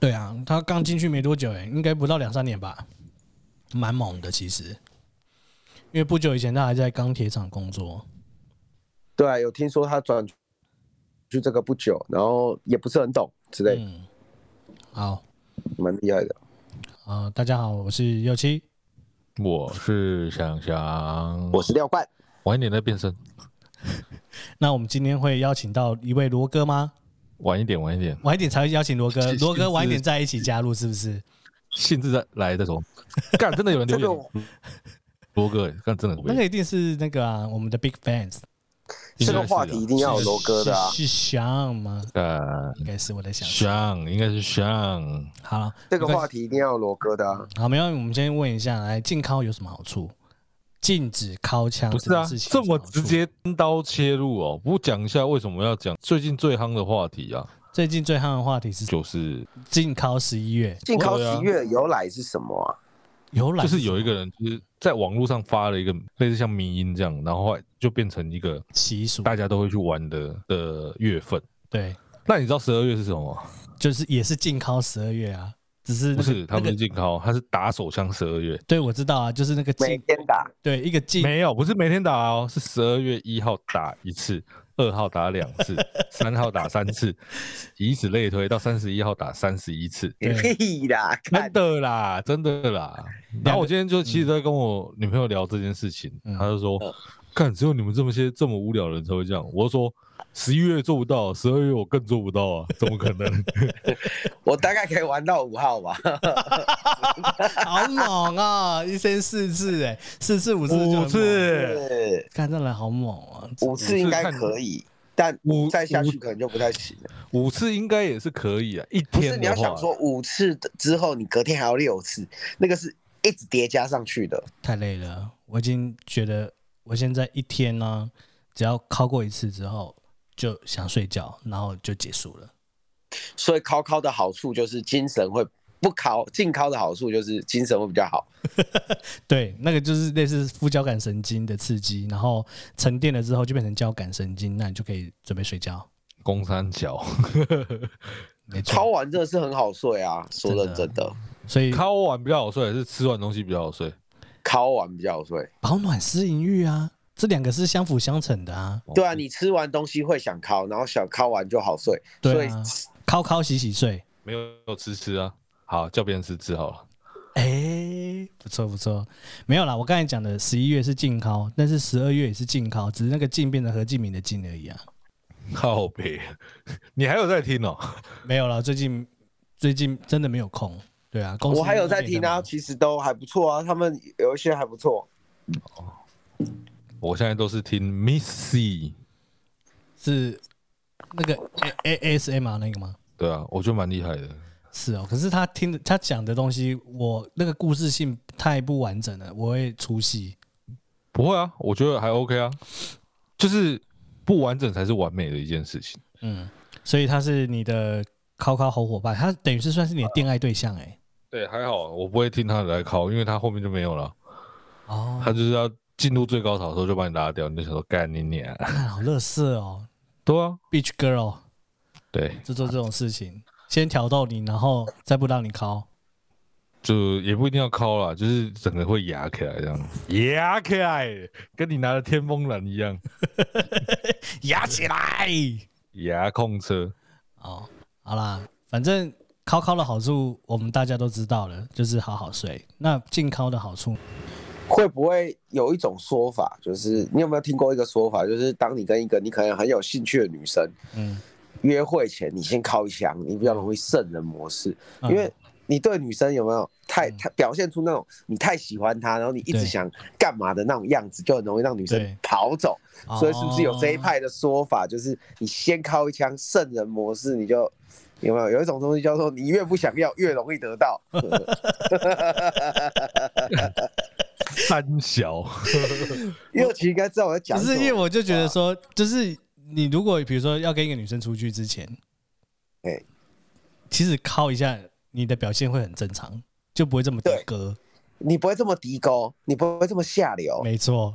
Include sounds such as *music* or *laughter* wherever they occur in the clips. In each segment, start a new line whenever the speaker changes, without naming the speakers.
对啊，他刚进去没多久、欸，哎，应该不到两三年吧，蛮猛的其实。因为不久以前他还在钢铁厂工作，
对啊，有听说他转去这个不久，然后也不是很懂之类的，
嗯，好
嗯
蛮厉害的。
啊、呃大家好，我是右七，
我是想想，
我是廖冠，
晚一点再变身，
那我们今天会邀请到一位罗哥吗？
晚一点，晚一点，
晚一点才会邀请罗哥，
是
罗哥
是
晚一点在一起加入，是不是？
兴致再来再说。
*laughs*
干，真的有人
这
留
个
言，
我
罗哥，干真的很
那
无
个
言
一定是那个啊，我们的 big fans，
这个话题一定要有楼哥的啊，
是想吗？
干
应该是我在想。
像呃应该是像
好了，
这个话题一定要有楼哥的啊。
好，没有，我们先问一下，来禁靠有什么好处？禁止靠枪
不是啊
件事，情
这
有什
么
好
直
处。
接单刀切入哦，不讲一下为什么要讲最近最夯的话题啊，
最近最夯的话题是
就是
禁靠十一月
进考
对啊
十月由来是什么啊？
由来
就是是有一个人就是在网络上发了一个类似像迷音这样，然后后来就变成一个
习俗，
大家都会去玩的的月份。
对，
那你知道十二月是什么吗？
就是也是禁靠十二月啊，只是那
不
个
是，他
那
不是
个
健康，他是打手枪十二月。
对我知道啊，就是那个
每
禁
天打，
对一个禁
没有，不是每天打哦，是十二月一号打一次，二号打两 *laughs* 次，三号打三次，以此类推，到三十一号打三十一次。
对
*laughs* 屁啦，看
*laughs* 真的啦，真的啦。然后我今天就其实在跟我女朋友聊这件事情，
嗯
她就说
嗯：“
看，只有你们这么些这么无聊的人才会这样。”我就说：“十一月做不到，十二月我更做不到啊，怎么可能？
我大概可以玩到五号吧。
好猛啊！一天四次哎、四次五次就很猛
五，次，
对，
看这人好猛啊！
五次应该可以，但
五
再下去可能就不太行了。
五次应该也是可以啊，一
不是
天
你要
的话。”
想说五次的之后，你隔天还要六次，那个是一直叠加上去的。
太累了，我已经觉得我现在一天呢、只要敲过一次之后就想睡觉，然后就结束了。
所以考考的好处就是精神会不考，静考的好处就是精神会比较好。
对，那个就是类似副交感神经的刺激，然后沉淀了之后就变成交感神经，那你就可以准备睡觉。
公三角，
没
考
错，
完真的是很好睡啊，说认真的，
所以
敲完比较好睡，还是吃完东西比较好睡？
考完比较好睡。
保暖思淫欲啊，这两个是相辅相成的啊。
对啊，你吃完东西会想考，然后想考完就好睡。所
对
以
啊，敲敲洗洗睡，
没有吃吃啊，好叫别人吃吃好了。
哎、不错不错，没有啦。我刚才讲的十一月是禁敲，但是十二月也是禁敲，只是那个禁变成何敬明的禁而已啊。
*laughs* 靠北， *laughs* 你还有在听哦？ *laughs*
没有了，最近最近真的没有空。对啊，公司
我还有在听
那边也
啊，
在
其实都还不错啊，他们有一些还不错。
我现在都是听 Missy，
啊
忙，是那个 A A S M R 那个吗？
对啊，我觉得蛮厉害的。
是哦，可是他听的他讲的东西，我那个故事性太不完整了，我会出戏。
不会啊，我觉得还 OK 啊，就是不完整才是完美的一件事情。
嗯，所以他是你的靠靠好伙伴，他等于是算是你的恋爱对象哎、
对，还好，啊我不会听他的来考，因为他后面就没有了，
哦，
他就是要进入最高潮的时候就把你拉掉，你就想说干你娘。
看好乐色哦
对啊，
，Beach Girl
对，
就做这种事情，先挑逗你，然后再不让你靠。
就也不一定要敲啦，就是整个会压起来这样，压起来，跟你拿的天风兰一样，
压起来。
牙控车。
哦，好啦，反正考考的好处我们大家都知道了，就是好好睡。那健康的好处，
会不会有一种说法，就是你有没有听过一个说法，就是当你跟一个你可能很有兴趣的女生
嗯，
约会前，你先敲一枪，你比较容易圣人模式，
嗯
因为你对女生有没有太太表现出那种你太喜欢她，然后你一直
对
想干嘛的那种样子，就很容易让女
对
生跑走。
哦
所以是不是有这一？派的说法，就是你先敲一枪圣人模式，你就有没有有一种东西叫做你越不想要越容易得到？
三小，
因为其实应该知道我在
哦
讲
不
什
是
么。啊
因为我就觉得说，就是你如果比如说要跟一个女生出去之前，
哎
其实靠一下你的表现会很正常，就不会这么的
对
哥。
你不会这么低沟，你不会这么下流，
没错，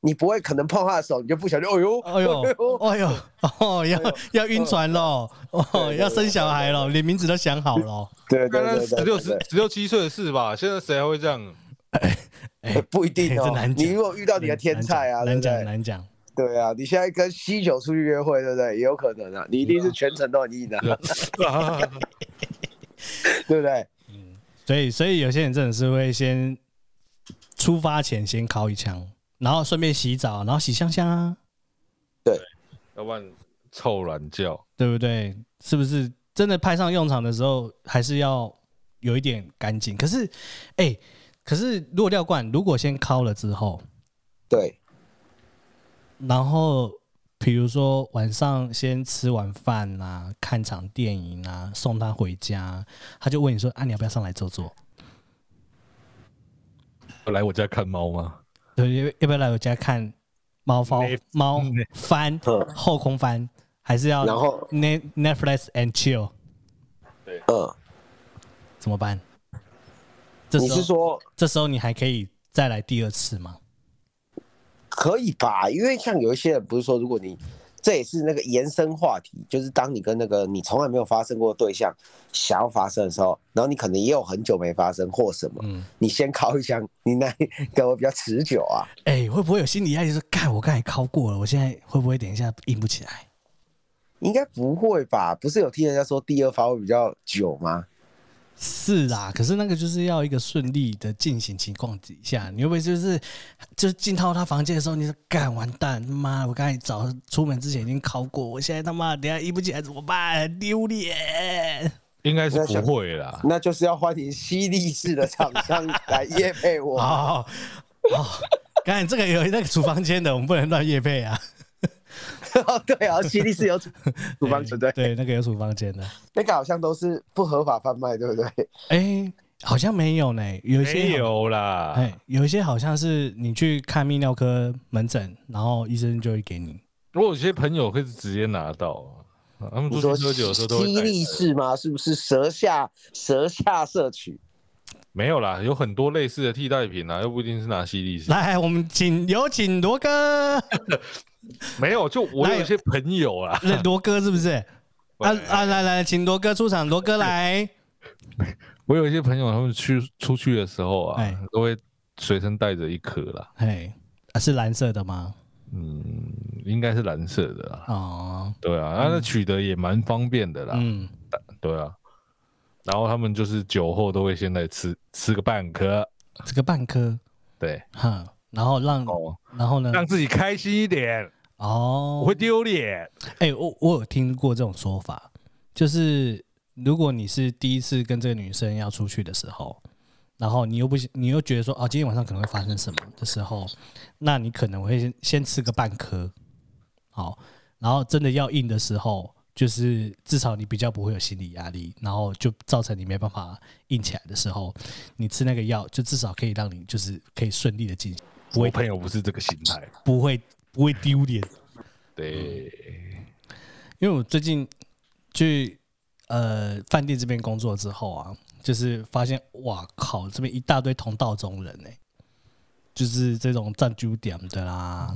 你不会可能碰她的手你就不小心，哎呦，
哎
*laughs*
呦，哎呦，哦，要要晕船喽，哦，
对
要生小孩喽，连名字都想好喽。
对对
刚刚
对
十
对
六
对
十
对，
十六七岁的事吧，现在谁还会
*laughs*
这样？
哎，
不一定
哎这
哦
难。讲
你如果遇 *laughs* 到你的天菜啊，对
难
不
讲
对？
难讲，
对啊，你现在跟西九出去约会，对不对？也有可能啊，你一定是全程都很硬的，
啊
对不对？
所以所以有些人真的是会先出发前先烤一枪，然后顺便洗澡，然后洗香香啊，
要不然臭懒觉。
对不对？是不是真的派上用场的时候，还是要有一点干净？可是，哎、可是如果廖冠如果先敲了之后，
对，
然后比如说晚上先吃完饭啊，看场电影啊，送他回家，他就问你说：“啊，你要不要上来坐坐？
来我家看猫吗？
对，要要不要来我家看猫猫猫翻
嗯
后空翻？还是要
然后
Net Netflix and chill
嗯，
怎么办？”这
你
时候
是说
这时候你还可以再来第二次吗？
可以吧？因为像有一些人不是说，如果你这也是那个延伸话题，就是当你跟那个你从来没有发生过的对象想要发生的时候，然后你可能也有很久没发生或什么，
嗯，
你先敲一枪，你那个会比较持久啊。
哎、会不会有心理压力说，干我刚才敲过了，我现在会不会等一下硬不起来？
应该不会吧？不是有听人家说第二发会比较久吗？
是啦，可是那个就是要一个顺利的进行情况底下，你会不会就是就是进到他房间的时候，你说干完蛋，他妈的，我刚才早出门之前已经敲过，我现在他妈的等一下硬不起来怎么办？丢脸！
应该是不会啦。
那就是要欢迎犀利式的厂商来夜配我。 *laughs*
哦哦，刚才这个有那个厨房间的，我们不能乱夜配啊。
对啊，犀利式有
*laughs*
处方存对，
对，那个有厨房间的。
那个好像都是不合法贩卖，对不对？
哎、好像没有呢，有一些
没
好
有啦，
哎，有一些好像是你去看泌尿科门诊，然后医生就会给你。
我有些朋友会是直接拿到啊，他们
你
出
说
去喝酒的时候都会
犀
带
利式吗？是不是舌下舌下摄取？
没有啦，有很多类似的替代品啊，又不一定是拿西力士。
来，我们请有请罗
*laughs*
哥，
没有，就我
哪有
有一些朋友啦，
那罗哥是不是？啊
喂
啊，来来，请罗哥出场，罗哥来。
我有一些朋友他们去出去的时候
哎
啊，都会随身带着一颗啦，
哎、啊，是蓝色的吗？
嗯，应该是蓝色的啦，
哦，
对啊，啊那取得也蛮方便的啦，
嗯，
对啊。然后他们就是酒后都会先来吃吃个半颗，
这个半颗，
对，
哼，然后让，
哦，
然后呢？
让自己开心一点，
哦
不，会丢脸。
哎、我我有听过这种说法，就是如果你是第一次跟这个女生要出去的时候，然后你又不你又觉得说哦，今天晚上可能会发生什么的时候，那你可能会先先吃个半颗，好，然后真的要硬的时候，就是至少你比较不会有心理压力，然后就造成你没办法硬起来的时候，你吃那个药就至少可以让你就是可以顺利的进行，不
我
会
朋友不是这个心态，
不会不会丢脸。
对，
嗯因为我最近去呃饭店这边工作之后啊，就是发现哇靠，这边一大堆同道中人呢、欸就是这种占据点的啦，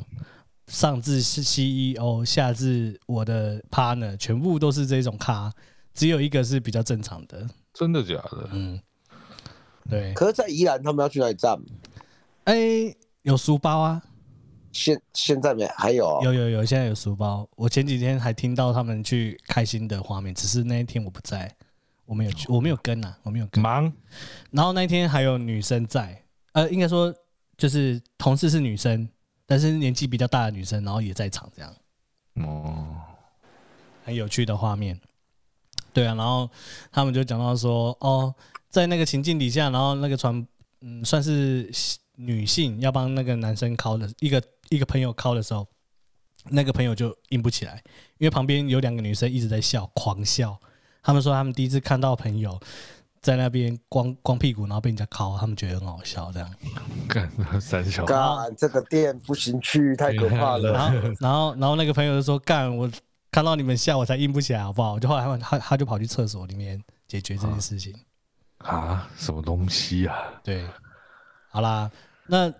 上至是 CEO，下至我的 partner，全部都是这种咖，只有一个是比较正常的，
真的假的？
嗯，对，
可是，在宜兰他们要去哪里站？
哎、有书包啊，
现现在没还有哦、
有有有，现在有书包。我前几天还听到他们去开心的画面，只是那一天我不在，我没有去，我没有跟啊，我没有跟。
忙，
然后那一天还有女生在，呃，应该说就是同事是女生，但是年纪比较大的女生，然后也在场，这样
哦，
很有趣的画面。对啊，然后他们就讲到说，哦，在那个情境底下，然后那个传，嗯，算是女性要帮那个男生敲的一个一个朋友敲的时候，那个朋友就硬不起来，因为旁边有两个女生一直在笑，狂笑。他们说他们第一次看到朋友在那边光光屁股，然后被人家敲，他们觉得很好笑这样。
干三小，
干这个店不行去，太可怕
啊
了。
然后，然后，然后那个朋友就说：“干，我看到你们笑，我才硬不起来，好不好？”就后来他他他就跑去厕所里面解决这件事情。
啊，什么东西啊？
对，好啦，那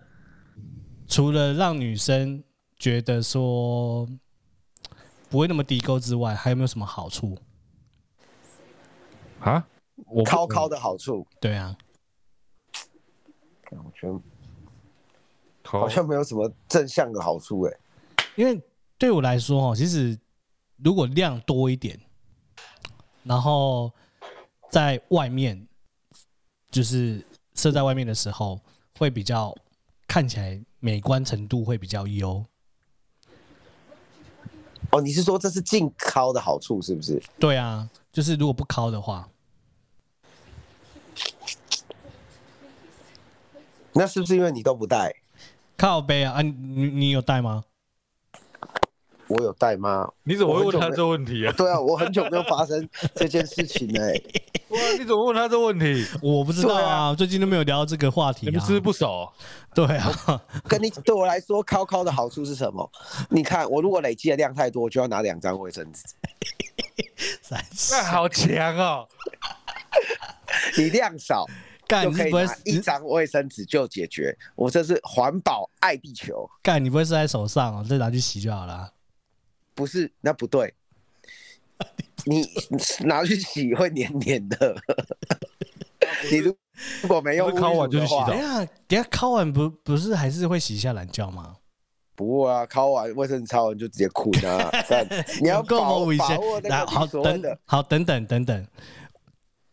除了让女生觉得说不会那么低沟之外，还有没有什么好处？
啊，我不
靠靠的好处，
对啊，
我
哦
觉得
靠
好像没有什么正向的好处哎、
因为对我来说哦，其实如果量多一点，然后在外面就是射在外面的时候，会比较看起来美观程度会比较优。
哦，你是说这是近靠的好处是不是？
对啊，就是如果不敲的话，
那是不是因为你都不戴？
靠背啊，啊你你你有带吗？
我有戴吗？
你怎么会问他
我很久没
这问题啊？
对啊，我很久没有发生这件事情哎、
*laughs* 哇，你怎么问他这问题？
我不知道
对
啊，最近都没有聊到这个话题
*laughs* 你们
啊
是。不是不熟？
对啊， *laughs*
跟你对我来说，靠靠的好处是什么？你看，我如果累积的量太多，就要拿两张卫生纸。
三十
*laughs* 那哎好强哦！
你
*laughs*
量少
干
就
你
可
是
以
不会
拿一张卫生纸就解决。我这是环保爱地球，
干你不会是在手上哦，再拿去洗就好了。
不是那不对。
*laughs*
你拿去洗会黏
*laughs*
黏的。你如如果没用
不是敲完
沐浴乳的话
就是洗澡
哎等一下等一下敲完不不是还是会洗一下懒觉吗？
不会啊，敲完卫生纸敲完就直接捆啊。
*laughs*
但你要
跟
把
我
握
以
把
前
握那
来
个
好
你所谓
等
的，
好等等等等，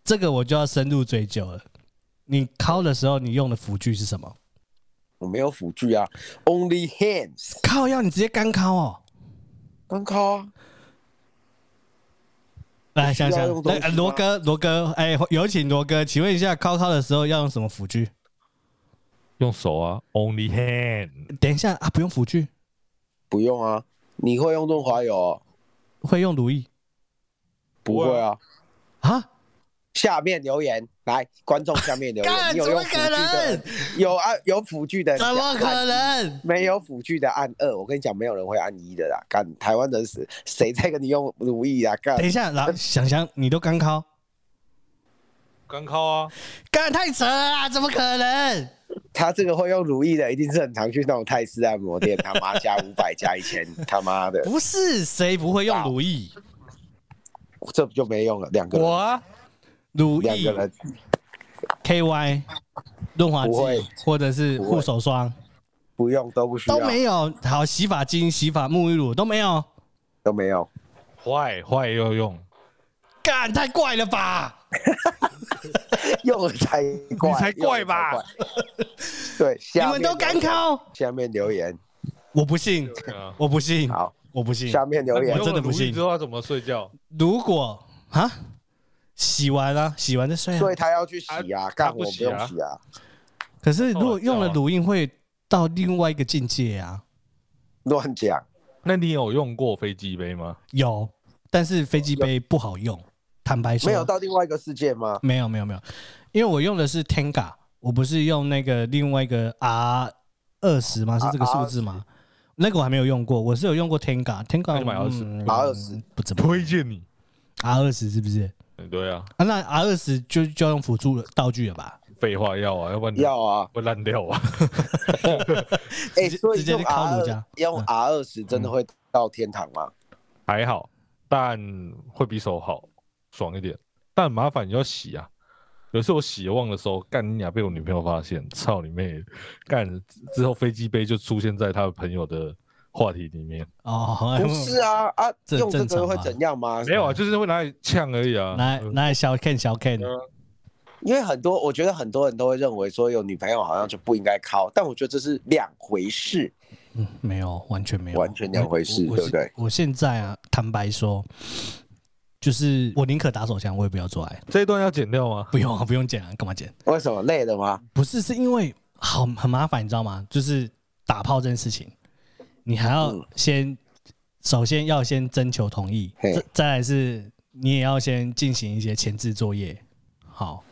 这个我就要深入追究了。你敲的时候，你用的辅具是什么？
我没有辅具啊，Only hands
靠要你直接干敲哦。
刚敲啊。
来想
需
想
要用，东
那
西吗
呃罗哥，罗哥，哎，有请罗哥，请问一下，敲敲的时候要用什么辅具？
用手啊，Only Hand。
等一下啊，不用辅具，
不用啊，你会用润滑油哦、
会用如意
不会
不会
啊。
啊？
下面留言来，观众下面留言，
干
你有用辅具
怎么可能
的，有啊有辅具的，
怎么可？
*laughs*
能？
没有辅具的按二，我跟你讲，没有人会按一的啦。干，台湾人是谁在跟你用如意啊？干
等，一下，老想想，你都干敲，
干靠啊！
干太扯了啦，怎么可能？
他这个会用如意的，一定是很常去那种泰式按摩店，啊他妈加五百加一千，他妈的，
不是谁不会用如意？
这就没用了。两个人
我，啊，
如
两
意
个人
KY 润滑
不会
剂或者是
不会
护手霜
不用都不需要，
都没有，好洗发精、洗发沐浴乳都没有，
都没有。
坏坏要用。
干太怪了吧？
*laughs* 用了才怪，
你才怪吧
用了才怪？对，
你
下
们
面
都干
留言，
靠？
下面留言，
我不信，
啊，
我不信，
好，
我不信。
下面留
嗯
言
哎我，真的不信
之后要怎么睡觉？
如果啊，洗完啊，洗完再睡啊
所。以他要去洗
哎
啊，干
他
我
不
不
洗啊
用洗啊，
可
哦
是如果用了乳印，会到另外一个境界啊。
乱讲，
那你有用过飞机杯吗？
有，但是飞机杯不好用，坦白说，
没有到另外一个世界吗？
没有没有没有，因为我用的是 Tenga，我不是用那个另外一个 R 二十吗？是这个
啊
数字吗？那个我还没有用过，我是有用过 Tenga，Tenga
那就买20
嗯
R20
不怎么
推荐你。
R 二十是不是？
对啊，
啊，那 R 二十就就要用辅助道具了吧？
废话要啊，要不然你
要啊，
会烂掉啊。
哎，
嗯直接
所
直
以
接
用
去靠
R
儒家
二用 R 二
嗯
十真的会到天堂吗？
还好，但会比手好爽一点，但麻烦你要洗啊。有时候我洗忘的时候，干你俩被我女朋友发现，操你妹！干之后飞机杯就出现在他的朋友的话题里面，
哦，
不是啊啊，
这
用这
正
个
常
会
吧
怎样吗？
没有啊，就是会拿来呛而已啊。
*laughs* 拿来拿来小 Ken 小 Ken，
嗯
因为很多，我觉得很多人都会认为说有女朋友好像就不应该靠，但我觉得这是两回事。
嗯，没有，完全没有，
完全两回事
我我
对不对
我现在啊，坦白说，就是我宁可打手枪，我也不要做爱。
这一段要剪掉吗？
不用啊，不用剪啊，干嘛剪？
为什么累了吗？
不是，是因为好很麻烦，你知道吗？就是打炮这件事情，你还要
嗯
先，首先要先征求同意，
嘿
再再来是你也要先进行一些前置作业，好，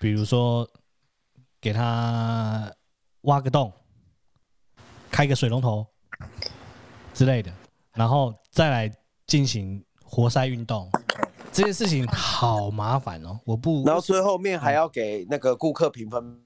比如说给他挖个洞，开个水龙头之类的，然后再来进行活塞运动。这件事情好麻烦哦，我不
然后最后面还要给那个顾客评分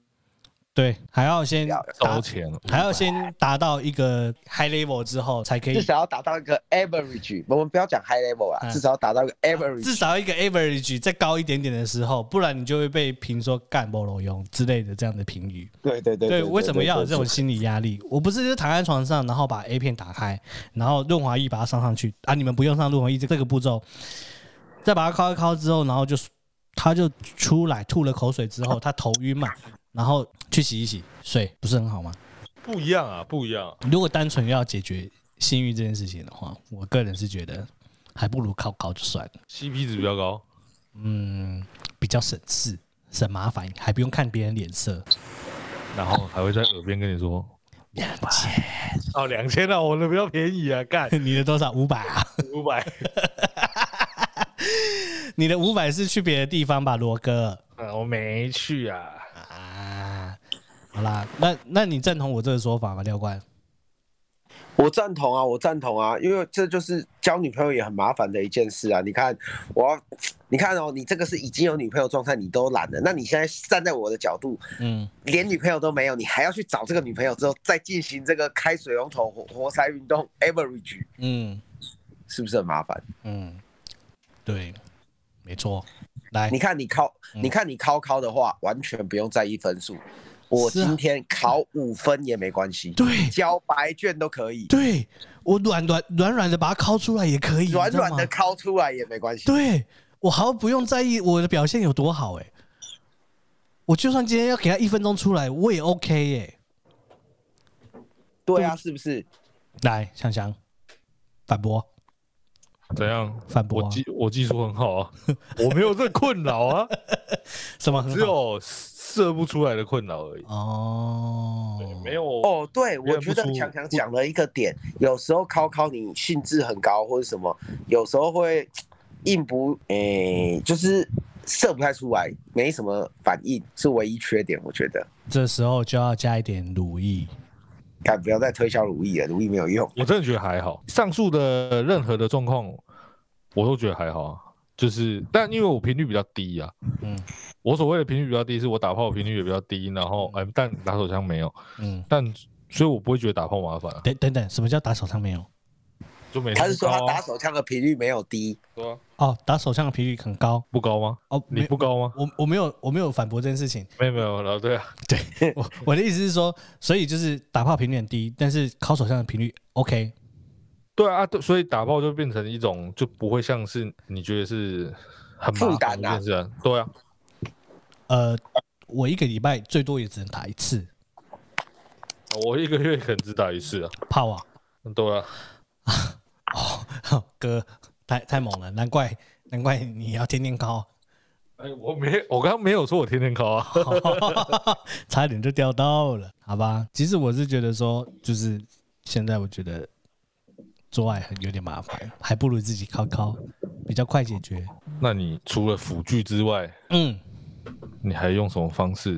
对，还要先
要
达
收钱了，
还要先达到一个 high level 之后，才可以
至少要达到一个 average，我们不要讲 high level 啦，
嗯
至少要达到一个 average。
哎至少一个 average 再高一点点的时候，不然你就会被评说干不罗用之类的这样的评语。
对对对
对，为什么要有这种？心理压力？我不是就躺在床上，然后把 A 片打开，然后润滑液把它上上去啊！你们不用上润滑液这这个步骤，再把它敲一敲之后，然后就他就出来吐了口水之后，他头晕嘛，然后去洗一洗睡，不是很好吗？
不一样啊，不一样啊、
如果单纯要解决性欲这件事情的话，我个人是觉得还不如靠高就算了，
，CP 值比较高。
嗯，比较省事省麻烦，还不用看别人脸色。
然后还会在耳边跟你说哦，两千啊，我的比较便宜啊，干
*laughs* 你的多少五百啊？
五百，
你的五百是去别的地方吧，罗哥？
*laughs* 啊我没去啊，
啊，好啦，那那你赞同我这个说法吗，廖冠？
我赞同啊，我赞同啊，因为这就是交女朋友也很麻烦的一件事啊。你看，我要，你看哦，你这个是已经有女朋友状态，你都懒了，那你现在站在我的角度，
嗯，
连女朋友都没有，你还要去找这个女朋友之后，再进行这个开水龙头活活塞运动 average，
嗯
是不是很麻烦？
嗯，对，没错。来
你，看你考，
嗯
你看你考考的话，完全不用在意分数。我
是啊
今天考五分也没关系，
对
交白卷都可以，
对，我软软软软的把它抠出来也可以，
软
你知道
软的
吗
考出来也没关系。
对我毫不用在意我的表现有多好、欸，我就算今天要给他一分钟出来，我也 OK 欸耶、
对啊，是不是？
来，香香，反驳，
怎样？
反驳啊
我技我技术很好啊， *laughs* 我没有这困扰啊，
什么很好
只有射不出来的困扰而已，
哦，
没有哦，
哦，对，
别
我
人
觉
不
得
出
强强讲了一个点，有时候考考你兴致很高或者什么，有时候会硬不，诶、就是射不太出来，没什么反应，是唯一缺点，我觉得。
这时候就要加一点乳液。
但不要再推销如意了，如意没有用。
我真的觉得还好。上述的任何的状况，我都觉得还好啊，就是但因为我频率比较低啊，
嗯
我所谓的频率比较低，是我打炮的频率也比较低，然后哎，但打手枪没有，
嗯，
但所以我不会觉得打炮麻烦啊，
等等等，什么叫打手枪没有？
就每
他
天
是
不
说
高
他
啊
打手枪的频率没有低，
对啊
哦，打手枪的频率很高
不高吗？
哦。
你
没
不高吗？
我我没有我没有反驳这件事情。
没有没有，老对啊，
我我的意思是说，所以就是打炮频率很低，但是敲手枪的频率 OK。
对啊，对，所以打炮就变成一种，就不会像是你觉得是很麻
负担
烦
啊
的一件事、啊。对啊，
呃，我一个礼拜最多也只能打一次
我一个月可能只打一次啊。
炮啊。 *laughs*
对啊，
哦，哥，太太猛了，难怪难怪你要天天敲，
哎，我没，我刚刚没有说我天天考啊。
*laughs* 差点就钓到了，好吧？其实我是觉得说，就是现在我觉得做爱很有点麻烦，还不如自己敲敲，比较快解决。
那你除了辅具之外，
嗯，
你还用什么方式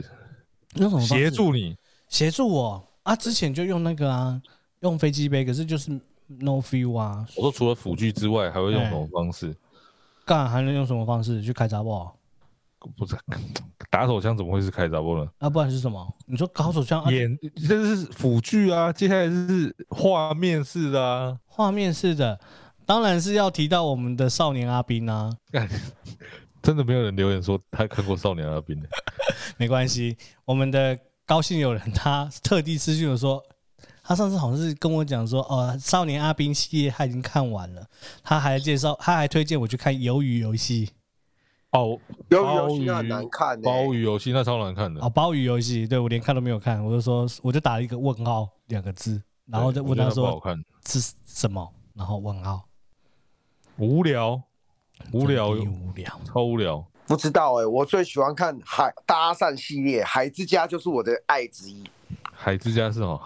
用什么方式
协助你？
协助我啊？之前就用那个啊，用飞机杯，可是就是 no feel 啊，
我说除了辅具之外，还会用什么方式？
干还能用什么方式去开闸不？
不是打手枪怎么会是开闸波呢？
啊，不然是什么？你说搞手枪啊？
演这是辅具啊，接下来是画面式的啊。
画面式的，当然是要提到我们的少年阿兵啊。
干真的没有人留言说他看过《少年阿宾》的。
没关系，我们的高兴友人他 *laughs* 特地私讯我说，他上次好像是跟我讲说，哦，少年阿兵系列他已经看完了，他还介绍，他还推荐我去看《鱿鱼游戏》
哦，
由于游戏那很难看欸呢、
包鱼游戏那超难看的
哦，，《鲍鱼游戏》对我连看都没有看，我就说我就打了一个问号两个字，然后再
对
问他
我觉得不好
说
看，
是什么，然后问号，
无聊，无聊，
真的无聊，
超无聊。
不知道哎、我最喜欢看海搭讪系列，海之家就是我的爱之一。
海之家是吗？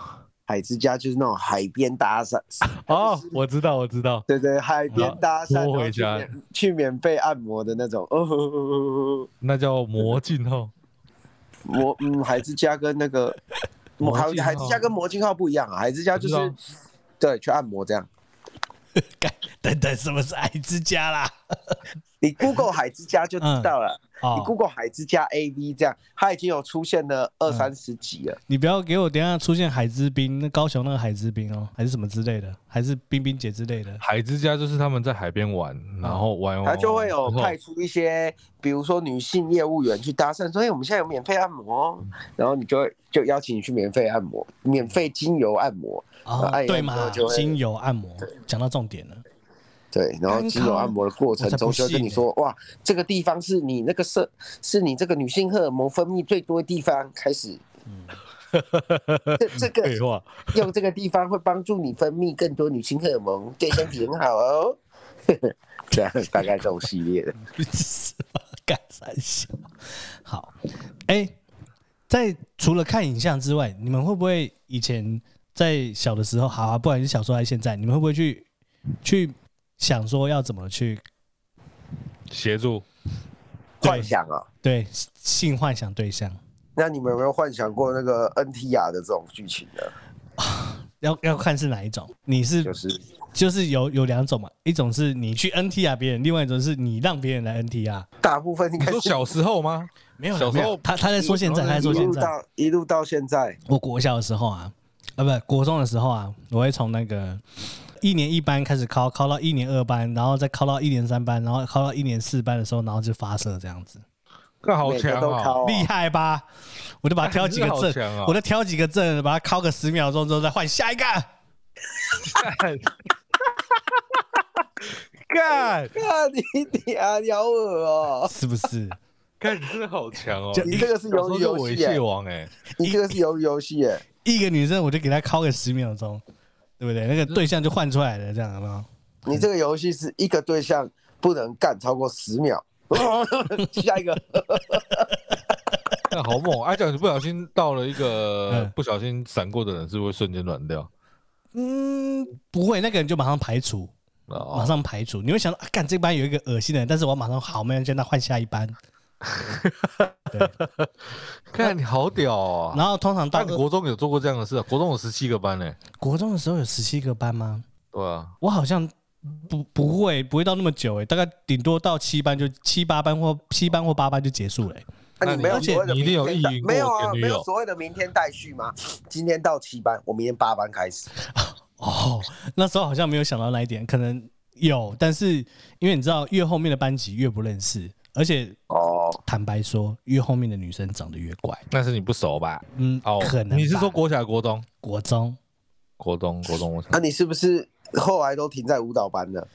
海之家就是那种海边搭讪，
哦，我知道，我知道，
对对，海边搭讪，
然
然
后
后
拖回
去
家
免去免费按摩的那种。哦， *laughs*
那叫魔镜哦号。
魔嗯，海之家跟那
*laughs*
个
魔
海 *laughs*
镜号
海之家跟魔镜号不一样啊，海之家就
我知
是对去按摩这样。
干等等，什么是爱之家啦？
你 Google 海之家就知
嗯
道了。你
哦，
Google 海之家 A V 这样，它已经有出现了二
嗯
三十集了。
你不要给我等一下出现海之冰，那高雄那个海之冰哦，还是什么之类的，还是冰冰姐之类的。
海之家就是他们在海边玩，然后玩玩玩，
它哦就会有
然后
派出一些，比如说女性业务员去搭讪，说：“哎、我们现在有免费按摩哦。”
嗯
然后你就会就邀请你去免费按摩，免费精油按摩，
哦
按，一按
对
之后
嘛，
就会
精油按摩，讲到重点了。
对，然后
干
精油
靠
按摩的过程中
我才
就
不信欸
会跟你说：“哇，这个地方是你那个社，是你这个女性荷尔蒙分泌最多的地方。”开始，
嗯
这
*laughs*
这个
哎
废话，
用这个地方会帮助你分泌更多女性荷尔蒙，对身体很好哦。 *laughs* 这样大概这种系列的，
什么干三小？好，哎、在除了看影像之外，你们会不会以前在小的时候，好啊，不管是小时候还是现在，你们会不会去去想说要怎么去
协助
*laughs* 对
幻想啊。
对性幻想对象？
那你们有没有幻想过那个 NTR 的这种剧情呢？
要要看是哪一种，你是
就是
就是有有两种嘛，一种是你去 NTR 别人，另外一种是你让别人来 NTR。
大部分应
你
该
说
是
小时候吗？
*laughs* 没有啦，
小时候
没有他他在说现在，他在说
一
现
路
在。
到一路到现在，
我国小的时候啊，啊不，国中的时候啊，我会从那个一年一班开始考，考到一年二班，然后再考到一年三班，然后考到一年四班的时候，然后就发射这样子，
那好
每个
强
都哦
啊！
考
哦厉害吧？我就把它挑几个
你 *laughs* 真的好
证，
强啊
我就挑几个证，把它考个十秒钟之后再换下一个。
*laughs* 哦
*laughs*
干干
啊！你你啊，你好恶哦！
是不是？
干，你真的好强哦！
就
你这个是
小
游
时候
戏
是
游
猥
戏耶
亵，王哎，
你这个是游游戏耶。
一个女生我就给她敲个十秒钟，对不对？那个对象就换出来了，这样有没有？
你这个游戏是一个对象不能干超过十
*laughs*
秒，下一个
那好猛！哎，讲你不小心到了一个
嗯
不小心闪过的人，是不是会瞬间软掉？
嗯，不会，那个人就马上排除，马
啊，
上排除。你会想到，啊干、这班有一个恶心的人，但是我马上好，没人接，那换下一班。
看你好屌啊！
然后通常到
但你国中有做过这样的事啊？国中有十七个班呢、
国中的时候有十七个班吗？
对啊，
我好像不不会不会到那么久诶、欸大概顶多到七班就七八班或七班或八班就结束了、欸。
那
那
你
啊你没有所谓的
而且你一定有
明天
意淫
带没有
过
啊？
前女
没有
友
所谓的明天待续吗？今天到七班，我明天八班开始。
哦，那时候好像没有想到那一点，可能有，但是因为你知道，越后面的班级越不认识，而且
哦，
坦白说，越后面的女生长得越怪。
那是你不熟吧？
嗯，
哦，
可能
你是
吧
说国小、国中、
国中
国中、国中？我想
那、你是不是后来都停在舞蹈班了？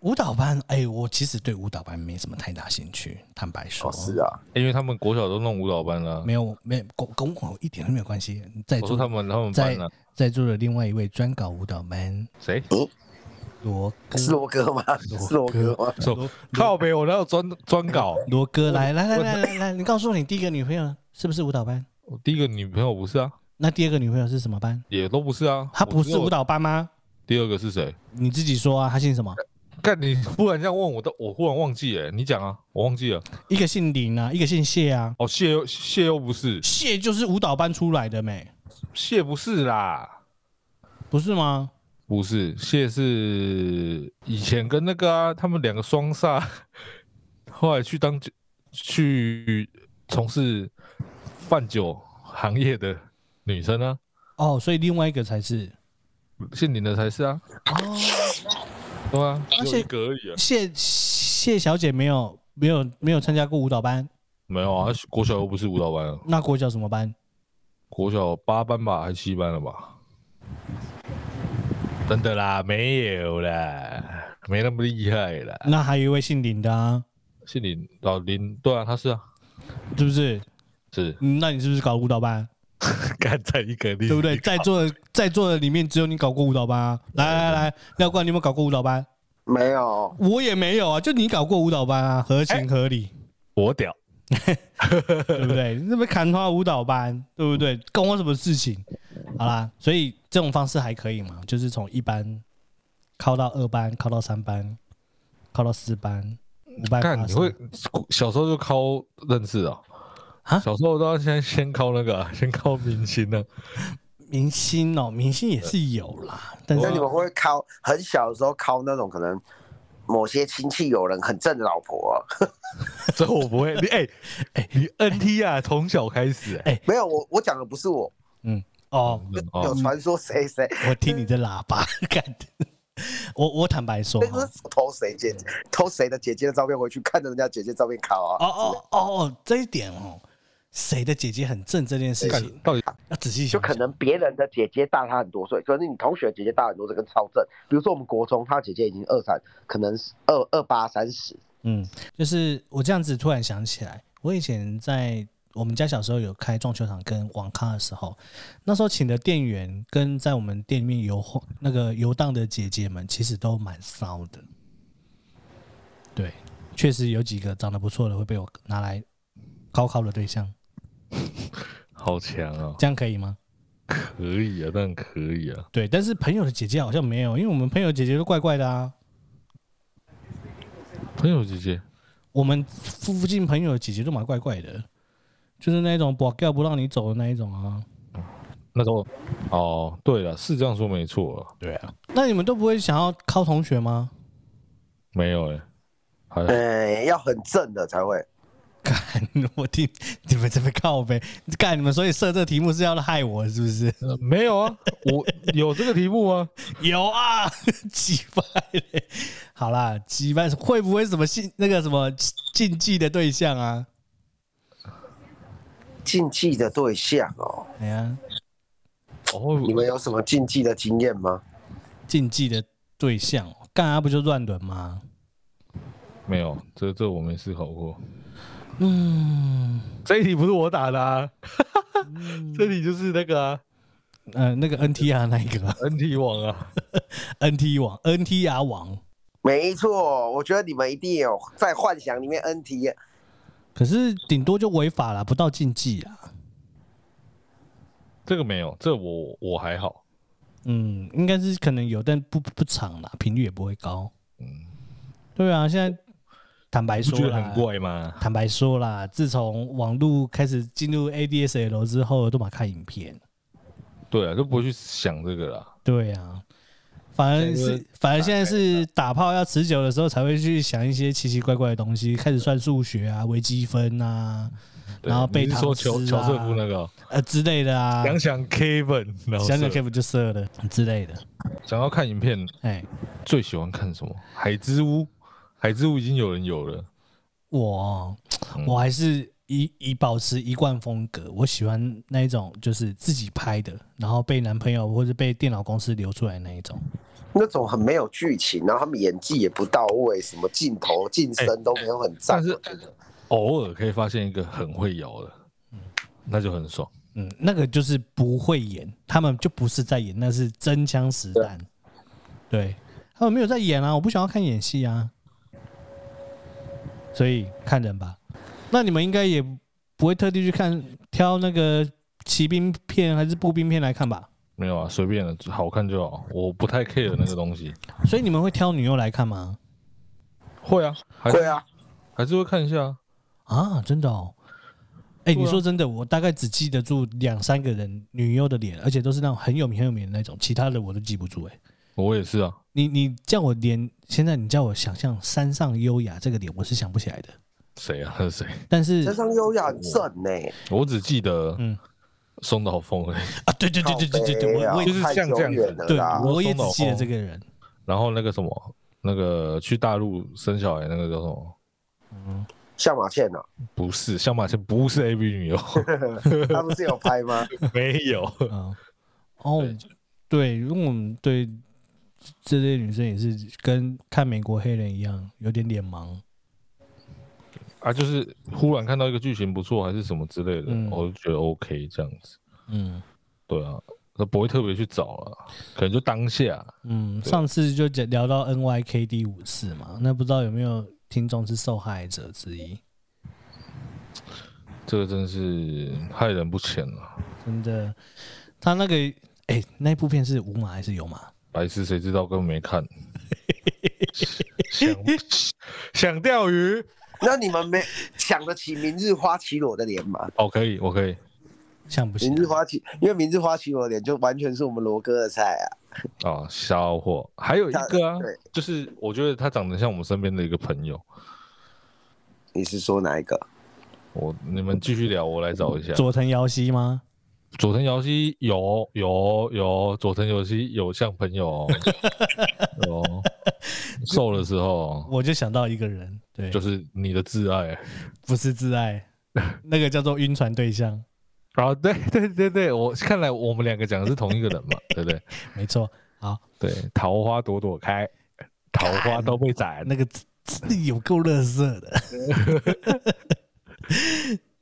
舞蹈班？哎、我其实对舞蹈班没什么太大兴趣，坦白说。
哦，是啊，
因为他们国小都弄舞蹈班了、
没有，没有跟跟我一点都没有关系。在
我
座
哦说他们他们班
在
呢、
在座的另外一位专搞舞蹈班
谁？
罗哥，
是罗哥吗？是罗哥吗？
说靠北，我哪有专专搞？
罗哥来来来来来来，你告诉我你第一个女朋友是不是舞蹈班？
我第一个女朋友不是啊，
那第二个女朋友是什么班？
也都不是啊。
她不
我只
是
有
舞。蹈班吗？
第二个是谁？
你自己说啊，她姓什么？
干你忽然这样问我，都我忽然忘记了、你讲啊，我忘记了。
一个姓林啊，一个姓谢啊。
哦，谢又谢又不是，
谢就是舞蹈班出来的没，
谢不是啦，
不是吗？
不是谢是以前跟那个啊，他们两个双煞，后来去当去从事饭酒行业的女生啊，
哦，所以另外一个才是
姓林的才是啊，
哦。
对啊，
而
只有
且
一个而 *laughs* 已、啊，
谢谢小姐没有没有没有参加过舞蹈班，
没有啊，国小又不是舞蹈班、啊，
那国小什么班？
国小八班吧，还七班了吧？真的啦，没有啦，没那么厉害啦。
那还有一位姓林的啊，
姓林，老林，对啊，他是啊，
是不是？
是
嗯那你是不是搞舞蹈班？
*laughs* 干在一个例
对不对？在座的在座的里面，只有你搞过舞蹈班啊！来来来，廖冠，你有没有搞过舞蹈班？
没有，
哦
我也没有啊，就你搞过舞蹈班啊，合
哎
情合
*laughs*
理，
我屌，
对不对？那边砍花舞蹈班，对不对？关我什么事情？好啦，所以这种方式还可以嘛，就是从一班考到二班，考到三班，考到四班，五班
干
发
你
射
会小时候就靠认识啊
啊？
*laughs* 小时候都要先先靠那个啊、先靠明星呢、
明星哦，明星也是有啦，但是
那你们会不会靠很小的时候靠那种可能某些亲戚友人很正的老婆、啊？
*laughs* 这我不会。你哎哎，你 NT 啊，从小开始哎、
没有，我我讲的不是我，
哦，
有
哦，
传说谁谁，
我听你的喇叭， *laughs* 干我我坦白说
那
哦，
个是偷谁姐姐偷谁的姐姐的照片回去看着人家姐姐照片靠啊。
哦哦哦哦，这一点哦，谁的姐姐很正这件事
干
情
到底
要仔细
就
想
可
想，
能别人的姐姐大他很多岁，可是你同学的姐姐大很多岁，跟超正。比如说我们国中，他姐姐已经二三，可能是二二八三十，
嗯，就是我这样子突然想起来，我以前在我们家小时候有开撞球场跟网咖的时候，那时候请的店员跟在我们店里面游晃那个游荡的姐姐们，其实都蛮骚的。对，确实有几个长得不错的会被我拿来高考的对象，
好强啊、
这样可以吗？
可以啊，但可以啊。
对，但是朋友的姐姐好像没有，因为我们朋友姐姐都怪怪的啊。
朋友姐姐，
我们附附近朋友的姐姐都蛮怪怪的，就是那种不掉不让你走的那一种啊。
那时候哦，对了，是这样说没错啊，
对啊，那你们都不会想要靠同学吗？
没有哎、还
对，要很正的才会。
*laughs* 干，我听你们这边靠呗，干你们，所以设这题目是要害我是不是？
呃没有啊，我有这个题目吗？
有啊， *laughs* 击败嘞。好啦，击败会不会什么禁那个什么禁忌的对象啊？
禁忌的对象哦，
哎呀，
哦，
你们有什么禁忌的经验吗？
禁忌的对象哦，干啊不就乱伦吗？
没有，这这我没思考过。
嗯，
这一题不是我打的啊， *laughs* 这题就是那个啊
呃，那个 NTR 那一个啊
NT 网啊，
NT 网 NTR 网，
没错，我觉得你们一定有在幻想里面 NT
可是顶多就违法啦，不到禁忌啊。
这个没有，这我我还好。
嗯，应该是可能有，但不不长啦，频率也不会高。
嗯，
对啊，现在坦白
不
说
觉得
啦
很怪吗？
坦白说啦，自从网络开始进入 ADSL 之后，都嘛看影片。
对啊，就不会去想这个啦。
对啊，反而
现在
是反而现在是打炮要持久的时候，才会去想一些奇奇怪怪的东西，开始算数学啊、微积分啊，
对
然后
你
被
是
唐
说乔
斯
乔瑟
啊
夫那个哦，
呃之类的啊，
想想 Kevin，然后
想
射
想 Kevin 就射了之类的。
想要看影片，
哎，
最喜欢看什么？海之屋，海之屋已经有人有了。
我
嗯
我还是以以保持一贯风格，我喜欢那一种就是自己拍的，然后被男朋友或者被电脑公司流出来那一种。
那种很没有剧情，然后他们演技也不到位，什么镜头、近身都没有很赞。
哎但是偶尔可以发现一个很会摇的，那就很爽。
嗯，那个就是不会演，他们就不是在演，那是真枪实弹。对，他们没有在演啊，我不想要看演戏啊，所以看人吧。那你们应该也不会特地去看挑那个骑兵片还是步兵片来看吧？
没有啊，随便的，好看就好。我不太 care 那个东西。
所以你们会挑女优来看吗？
会啊，还
对啊，
还是会看一下啊。
啊，真的哦。哎、
对啊
你说真的，我大概只记得住两三个人女优的脸，而且都是那种很有名很有名的那种，其他的我都记不住、哎，
我也是啊，
你你叫我连现在你叫我想象山上优雅这个脸，我是想不起来的。
谁啊？ *laughs* 是谁？
但是
身上优雅很正呢、
我只记得
嗯
松岛枫而已。
啊，对对对对对对对，我我
靠北啊啊
也
就是
太
像
久
这样子
远了
对
啦，
我也只记得这个人。
然后那个什么，那个去大陆生小孩那个叫什么？
下马啊倩
*laughs*
呢、
不是，相马倩不是 A B 女优，
他不是有拍吗？
没有。
嗯，哦，对，因为我们对这类女生也是跟看美国黑人一样，有点脸盲。
啊，就是忽然看到一个剧情不错，还是什么之类的，
嗯
我就觉得 OK 这样子。
嗯
对啊，那不会特别去找了，可能就当下。
嗯，上次就讲聊到 NYKD 五四嘛，那不知道有没有听众是受害者之一？
这个真是害人不浅啊！
真的，他那个哎、那部片是无码还是有码？
白痴，谁知道根本没看，想想钓鱼
那你们没想得起明日花绮罗的脸吗？
哦，可以，我可以，
像不像
明？日花旗，因为明日花旗我脸就完全是我们罗哥的菜啊。
啊，小伙，还有一
像
个啊
对，
就是我觉得他长得像我们身边的一个朋友，
你是说哪一个？
我你们继续聊，我来找一下。
佐藤遥希吗？
佐藤遥希有有有，佐藤遥希有像朋友、哦，有瘦的时候哦
我就想到一个人，对，
就是你的挚爱
不是挚爱，那个叫做晕船对象，
啊，对对对对，我看来我们两个讲的是同一个人嘛，对不对？
没错。好，
对，桃花朵朵开，桃花都被斩。
那个真的有够乐色的。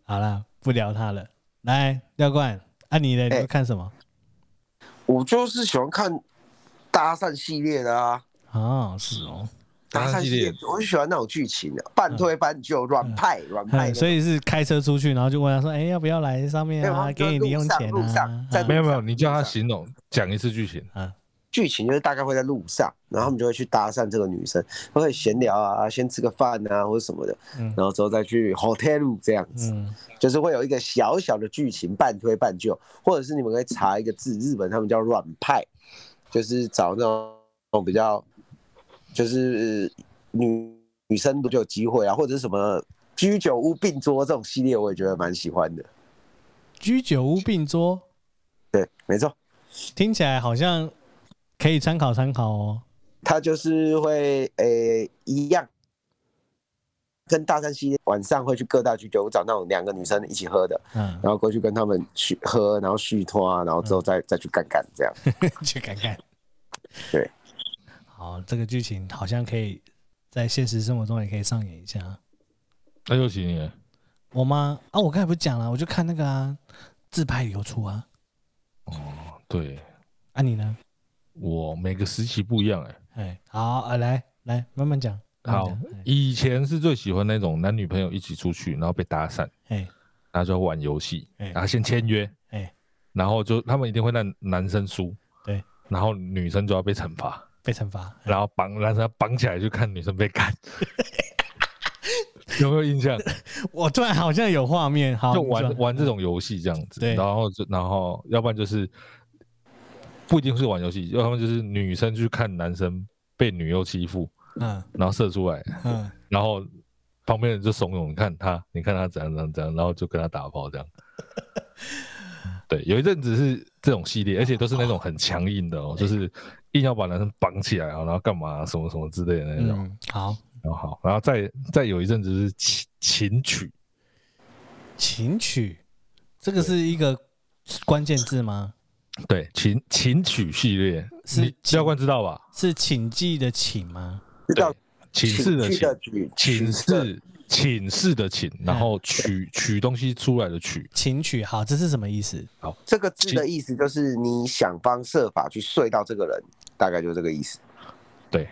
好了，不聊他了。来，廖冠，啊你嘞，你
哎
会看什么？
我就是喜欢看搭讪系列的啊，
哦，是哦，
搭
搭讪
讪
系
系
列
列，我喜欢那种剧情的、啊半推半就、软派、软
嗯
派的。
所以是开车出去，然后就问他说：“哎，要不要来上面啊？
没有
给你零用钱
路
啊
上路上在？”
没有没有，
上
你叫他
上
形容讲一次剧情，
剧情就是大概会在路上，然后他们就会去搭讪这个女生，会闲聊啊，先吃个饭啊或者什么的，
嗯
然后之后再去 hotel 这样子，
嗯
就是会有一个小小的剧情半推半就，或者是你们可以查一个字，日本他们叫软派，就是找那种比较就是呃女女生不就有机会啊，或者是什么居酒屋并桌这种系列，我也觉得蛮喜欢的。
居酒屋并桌，
对，没错。
听起来好像可以参考参考哦。
他就是会诶、一样，跟大山系列晚上会去各大居酒屋找那种两个女生一起喝的，
嗯， *laughs*
然后过去跟他们去喝，然后续托啊，然后之后
嗯
再、再去干干这样。
去看看。
对，
好，这个剧情好像可以在现实生活中也可以上演一下。
那就行耶。
我妈啊，我刚才不是讲了，我就看那个啊，自拍流出啊。
对
啊，你呢？
我每个时期不一样哎。
哎，好啊，来来，慢慢讲。慢慢
好
讲，
以前是最喜欢那种男女朋友一起出去，然后被搭讪，
哎
然后就玩游戏，
哎
然后先签约，
哎，
然后就他们一定会让男生输，
对，
然后女生就要被惩罚，
被惩罚。
然后绑男生要绑起来去看女生被 *laughs* 干，有没有印象？
我突然好像有画面，好，
就
哦你
玩
说嗯
玩这种游戏这样子，
对
然后就然后要不然就是不一定是玩游戏，要不然就是女生去看男生被女优欺负，
嗯
然后射出来，
嗯，
然后旁边人就怂恿，你看他，你看他怎样怎样怎样，然后就跟他打炮
*laughs*
这样。对，有一阵子是这种系列，而且都是那种很强硬
*laughs*
的哦，就是硬要把男生绑起来啊，然后干嘛什么什么之类的那种。
嗯，好，
然后好，然后再再有一阵子是琴琴曲，
琴曲，这个是一个关键字吗？
对琴琴曲系列，
是
你
琴
教官知道吧？
是请记的请吗？
知道
寝室的
去的
寝，
举室
寝室寝室的寝，然
嗯
后取取东西出来的取，
琴曲，好，这是什么意思？
这个字的意思就是你想方设法去睡到这个人，大概就是这个意思。
对，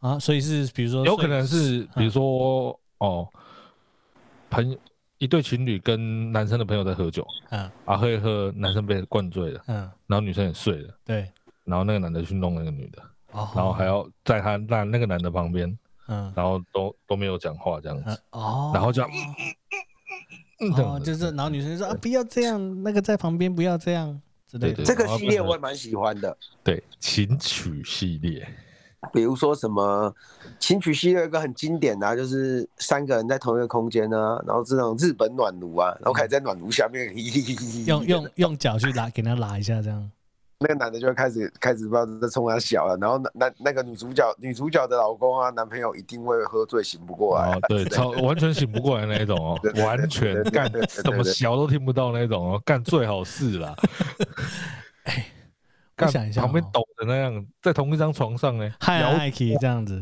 啊，所以是比如说，
有可能是
嗯
比如说哦，朋友一对情侣跟男生的朋友在喝酒，
嗯
啊喝一喝，男生被灌醉了，
嗯，
然后女生也睡了，
对，
然后那个男的去弄那个女的，
哦，
然后还要在他那那个男的旁边，
嗯
然后都都没有讲话这样
嗯
子，
哦，
然后就嗯这
哦，
样子
就是然后女生就说啊，不要这样，那个在旁边不要这样之类
对
的。
这个系列我也蛮喜欢的，
对琴曲系列，
比如说什么琴曲系列有一个很经典的、啊，就是三个人在同一个空间啊，然后这种日本暖炉啊，然后开始在暖炉下面 *laughs*
用用用脚去拉，给他拉一下，这样。
那个男的就会开始开始不知道在冲他笑了，然后那那那个女主角女主角的老公啊男朋友一定会喝醉醒不过来，啊
哦，对，超完全醒不过来那一种哦，完全干怎么小都听不到那种哦，干最好是啦。
哎我
干
想一下哦
旁边抖的那样，在同一张床上呢，
害来
摇
害去这样子，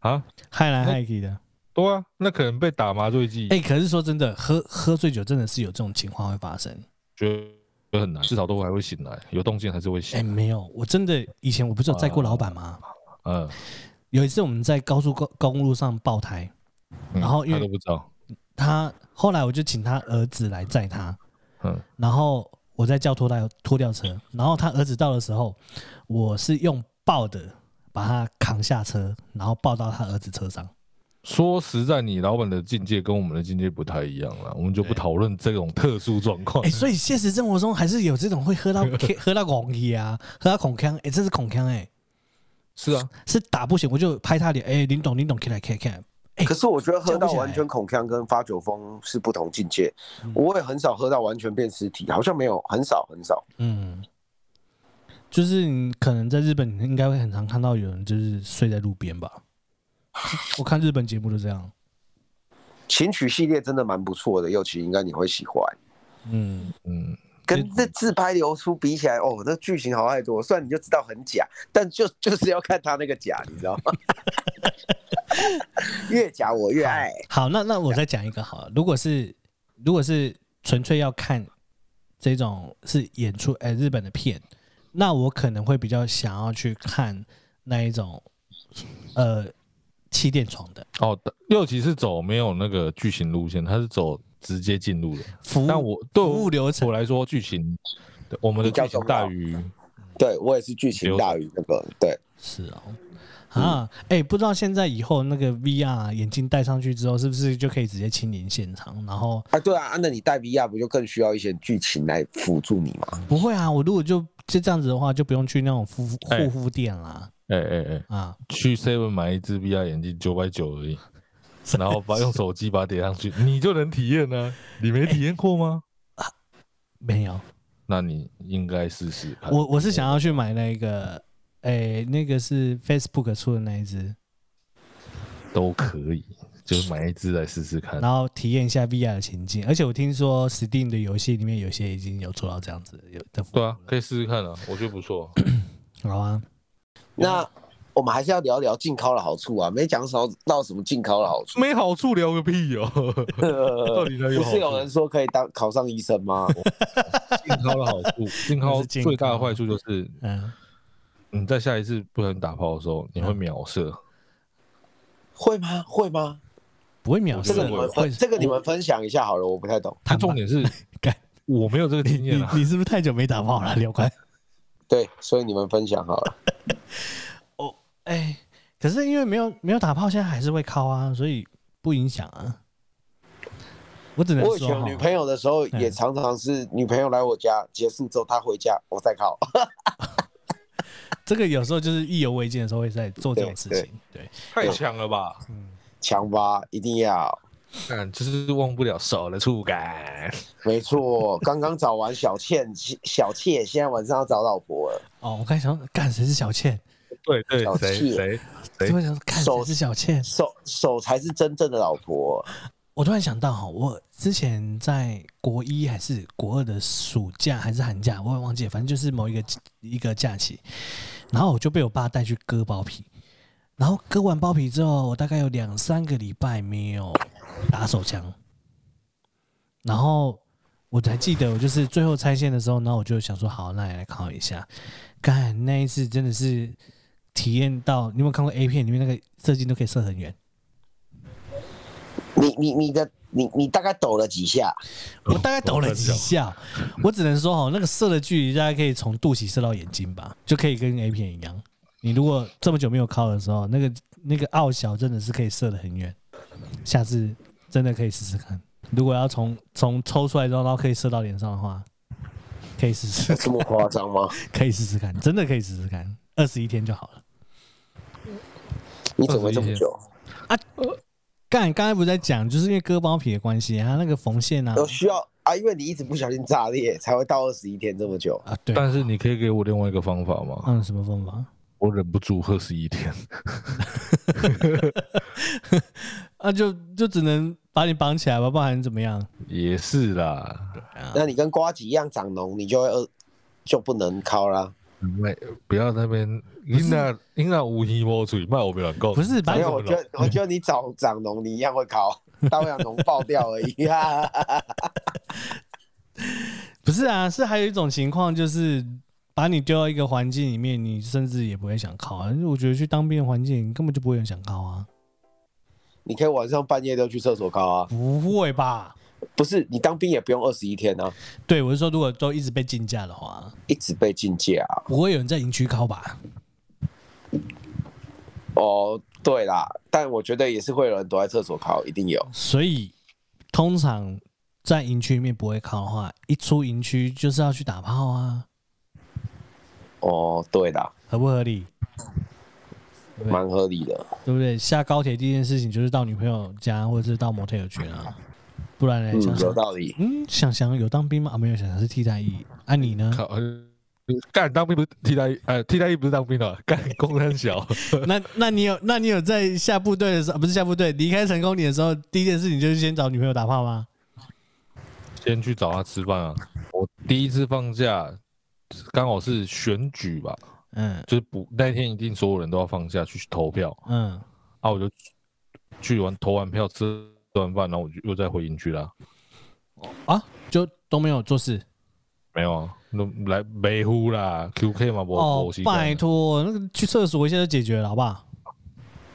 啊，
害来害去的。
对啊，那可能被打麻醉剂，
哎，可是说真的，喝喝醉酒真的是有这种情况会发生。
觉得很难，至少都还会醒来，有动静还是会
哎，
醒。
没有，我真的哦以前我不是有载过老板吗？
嗯，
有一次我们在高速公公路上爆胎，
嗯
然后因为
他都不知道，
他后来我就请他儿子来载他，
嗯，
然后我再叫拖带拖吊车，然后他儿子到的时候，我是用抱的把他扛下车，然后抱到他儿子车上，
说实在，你老板的境界跟我们的境界不太一样了，我们就不
对
讨论这种特殊状况。
哎、所以现实生活中还是有这种会 *laughs* 喝到喝到恐气啊，喝到恐腔，哎、这是恐腔哎、
是啊，
是打不行，我就拍他脸，哎、林董林董，看来看看，
可是我觉得喝
叫
到
不起来
完全恐腔跟发酒疯是不同境界，
嗯
我也很少喝到完全变尸体，好像没有，很少很少。
嗯，就是你可能在日本，你应该会很常看到有人就是睡在路边吧。我看日本节目就这样，
琴曲系列真的蛮不错的，尤其应该你会喜欢。
嗯，
嗯，
跟这自拍流出比起来，哦，那剧情好太多。虽然你就知道很假，但就就是要看他那个假，你知道吗？ *laughs* 越假我越爱。
好，那那我再讲一个好了，如果是如果是纯粹要看这种是演出，哎、日本的片，那我可能会比较想要去看那一种，呃，气垫床的
哦，六级是走没有那个剧情路线，它是走直接进入的。
服务，
但我对
服务流程
我来说，剧情对我们的
比较
剧情
重
大
要
于
对我也是剧情大于那个，对，
是哦，啊，哎、不知道现在以后那个 VR 眼镜戴上去之后，是不是就可以直接亲临现场？然后
啊对啊，啊那你戴 VR 不就更需要一些剧情来辅助你吗？
不会啊，我如果就就这样子的话，就不用去那种护肤
哎
护肤店啦。
哎哎哎，
啊，
去 Seven 买一只 VR 眼镜九百九而已，然后把用手机把它叠上去，你就能体验呢、你没体验过吗？
没有，
那你应该试试看。
我我是想要去买那个，哎、那个是 Facebook 出的那一只，
都可以，就是买一只来试试看。
然后体验一下 VR 的情境。而且我听说 Steam 的游戏里面有些已经有做到这样子，有的服务
对啊，可以试试看啊，我觉得不错。
好啊，嗯
那我们还是要聊聊进靠的好处啊，没讲到到什么进靠的
*laughs*
好处。
*clears throat* 没好处聊个屁哦、 *laughs* 到底哪里有
不
好
是
处
有人说可以当考上医生
*laughs*
吗？
静涛的好 *laughs* 处，静涛最大的坏处就是
嗯，
你在下一次不能打炮的时候，你会秒射。
会吗？会吗？
不会秒
这
射
个你
我
们
会
分，这个你们分享一下好了，我不太懂。
它重点是
干，
我没有这个经
你
验啊。
你是不是太久没打炮了，刘宽？
对，所以你们分享好了。
哎、可是因为没有没有打炮，现在还是会敲啊，所以不影响啊。我只能
我以前
说
有
哈
女朋友的时候，
嗯
也常常是女朋友来我家，结束之后她回家，我再考。
这个有时候就是意犹未尽的时候会在做这种事情。对，
太强了吧？
*laughs* 强吧，一定要。
嗯，就是忘不了手的触感。
没错，刚刚找完小倩，小妾现在晚上要找老婆了。
哦，我刚才想说干谁是小倩，
对对
小，
谁
气
谁
我
谁
突然想说干谁是小倩。
手手才是真正的老婆。
我突然想到哈，我之前在国一还是国二的暑假还是寒假，我也忘记了，反正就是某一个一个假期，然后我就被我爸带去割包皮，然后割完包皮之后，我大概有两三个礼拜没有打手枪，然后我才记得，我就是最后拆线的时候，然后我就想说，好，那也来考一下，干那一次真的是体验到，你有没有看过 A 片里面那个射精都可以射很远？
你你你的你你大概抖了几下？
*laughs* 我大概抖了几下，我只能说哦，那个射的距离大概可以从肚脐射到眼睛吧，就可以跟 A 片一样。你如果这么久没有靠的时候，那个那个奥小真的是可以射得很远，下次真的可以试试看。如果要从从抽出来之后，然后可以射到脸上的话，可以试试， *laughs*
这么夸张吗？
可以试试看，真的可以试试看，二十一天就好了。
你怎么这么久？
啊干，刚才不是在讲，就是因为割包皮的关系，它那个缝线啊，
有需要啊？因为你一直不小心炸裂，才会到二十一天这么久。
啊，对，
但是你可以给我另外一个方法吗？
嗯，什么缝法？
我忍不住二十一天，
啊，就就只能把你绑起来吧，不然怎么样？
也是啦。
啊
那你跟瓜子一样长脓，你就会二就不能靠啦。
卖不要那边，你那你那无烟无嘴，卖我没人讲。
不是把
没
你
有，我觉得我觉得你长长脓，你一样会考， *laughs* 大不了脓爆掉而已。 *laughs*
不是啊，是还有一种情况就是把你丢到一个环境里面，你甚至也不会想靠啊。因为我觉得去当兵的环境，你根本就不会有人想靠啊，
你可以晚上半夜都去厕所考啊，
不会吧？
不是你当兵也不用二十一天啊，
对，我是说，如果都一直被禁驾的话，
一直被禁戒啊。
不会有人在营区靠吧？
哦，对啦，但我觉得也是会有人躲在厕所靠，一定有。
所以通常在营区里面不会靠的话，一出营区就是要去打炮啊，
哦，对啦，
合不合理？对哎
蛮合理的。
对不对？下高铁第一件事情就是到女朋友家或者是到模特有去啊，不然呢？
嗯
想，
有
想，
道理。
嗯，想想有当兵吗？啊，没有，想想是替代役。啊，你呢？
靠，呃干当兵不是替代役，呃，替代役不是当兵了，干工人小，
*laughs* 那那你有那你有在下部队的时候，啊不是下部队离开成功岭的时候，第一件事情就是先找女朋友打炮吗？
先去找他吃饭啊。我第一次放假，刚好是选举吧，
嗯
就是补那一天一定所有人都要放假去投票
嗯，
啊，我就去完投完票吃完饭，然后我就又再回营区啦。
啊，就都没有做事
没有啊，那来北湖啦，QK 嘛，我
哦
我习，惯
拜
了
托，那个去厕所一下就解决了，好不好？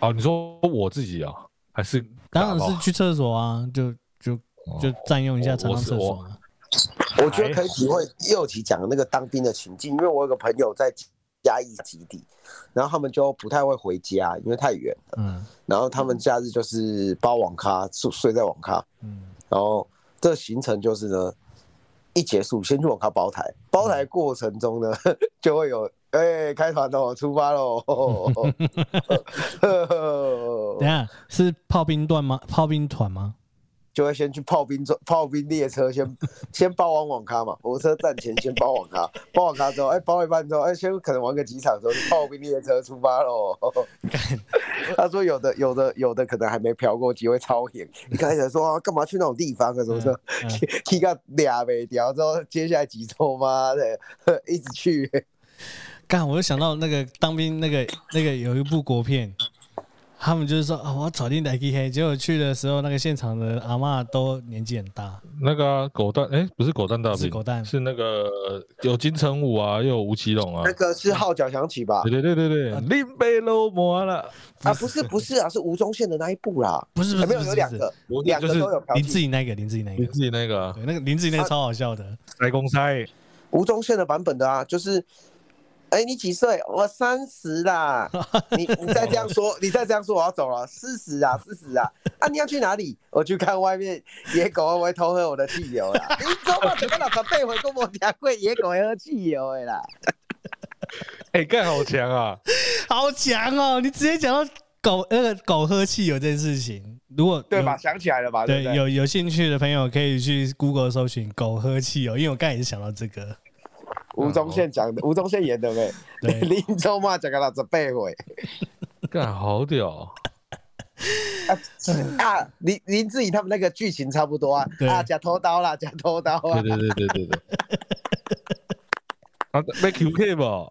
哦，你说我自己啊，还是
当然
打
是
包
去厕所啊，就就就占用一下长
我
上
我是
厕所啊。
我觉得可以体会右奇讲的那个当兵的情境，因为我有个朋友在嘉义基地，然后他们就不太会回家，因为太远了。
嗯
然后他们假日就是包网咖，睡睡在网咖，
嗯
然后这行程就是呢，一结束先去网咖包台，包台过程中呢 *laughs* 就会有哎、开团喽，出
*laughs*
发 *laughs* 喽。
等一下是炮兵段吗？炮兵团吗？
就会先去炮兵中 *laughs* 炮兵列车先， *laughs* 先包完网咖嘛，火车站前先包网咖， *laughs* 包网咖之后，哎、包一半之后，哎、先可能玩个几场之后，就炮兵列车出发喽。 *laughs* 他说有的有的有的可能还没飘过，机会超远。一开始说啊，干嘛去那种地方啊，什么什么， *laughs*
嗯嗯
踢个俩没掉之后，接下来几周妈的 *laughs* 一直去，
干，我就想到那个当兵那个那个有一部国片，他们就是说啊，我要找定来 K K，结果去的时候那个现场的阿嬷都年纪很大，
那个啊、狗蛋，哎、不是狗蛋大
不
兵，
是狗蛋
是那个有金城武啊，又有吴奇
哦
隆啊
那，个是号角响起吧？
嗯
对对对对
啊
对，林北楼魔了，
啊，不是不是啊，是吴宗宪的那一部啦，
不是不是
还没
不
有
是
有
不
两
是
个，
我
两个
就是
都有飘
林
起
志。颖那个林志颖那
你
个，
自己那个啊
对，那个林志颖那个超好笑的，
塞公塞，
吴宗宪的版本的啊，就是，哎、你几岁？我三
*laughs*
十啦。你你再这样说，你再这样说，我要走了。四十啊，四十啊。啊，你要去哪里？我去看外面野狗会不会偷喝我的汽油啦。
*laughs*
你走吧，这个老头背回跟我讲过，野狗会喝汽油的啦。
哎、干好强啊！
好强哦！你直接讲到狗那个狗喝汽油这件事情，如果
对
有
吧？？想起来了吧？对
对，
不对？
有有兴趣的朋友可以去 Google 搜寻“狗喝汽油”，因为我刚才也是想到这个。
吴宗宪讲的，吴宗宪演的呗。
对
*laughs* 林州嘛，讲个老子背回。
干好屌，
啊，林林志颖他们那个剧情差不多啊
对。
啊，假偷刀啦，假偷刀啊
*laughs* 对。对对对对对。啊，被 QK 吧？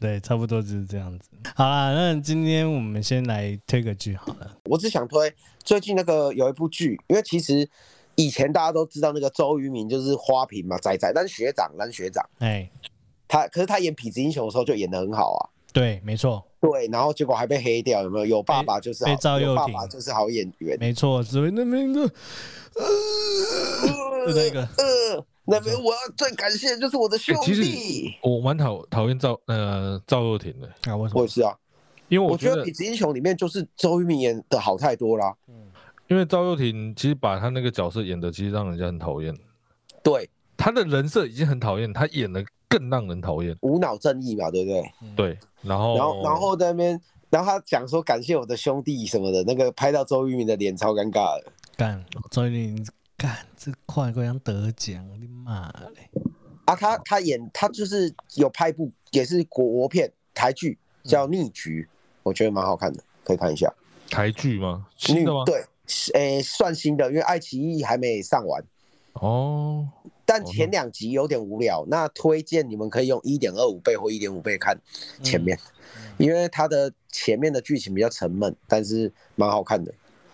对，差不多就是这样子。好啦，那今天我们先来推个剧好了。
我只想推最近那个有一部剧，因为其实以前大家都知道那个周渝民就是花瓶嘛，仔仔，但是学长，但是学长，
哎、
他可是他演痞子英雄的时候就演得很好啊，
对，没错，
对，然后结果还被黑掉，有没有？有爸爸就是好，
被赵又
有爸
廷
爸就是好演员，
没错，紫薇那边的，呃，那个，
呃，那边我要最感谢的就是我的兄
欸其
弟，
实我蛮讨讨厌赵呃赵又廷的，
啊，为什么
我也？是啊，
因为
我
我觉
觉
得
得痞子英雄里面就是周渝民演的好太多啦，
因为赵又廷其实把他那个角色演的，其实让人家很讨厌。
对，
他的人设已经很讨厌，他演的更让人讨厌。
无脑正义嘛，对不对？
对，然后
然后然后在那边。然后他讲说感谢我的兄弟什么的，那个拍到周渝民的脸超尴尬的。
干，周渝民干，这快快想得奖，你妈嘞！
啊，
哦
他他演他就是有拍一部也是国片台剧叫《逆局》，我觉得蛮好看的，可以看一下。
台剧吗？新的
逆
吗？
对，是诶、算新的，因为爱奇艺还没上完，
哦，
但前两集有点无聊。那推荐你们可以用一点二五倍或一点五倍看前
嗯
面，
嗯
因为它的前面的剧情比较沉闷，但是蛮好看的。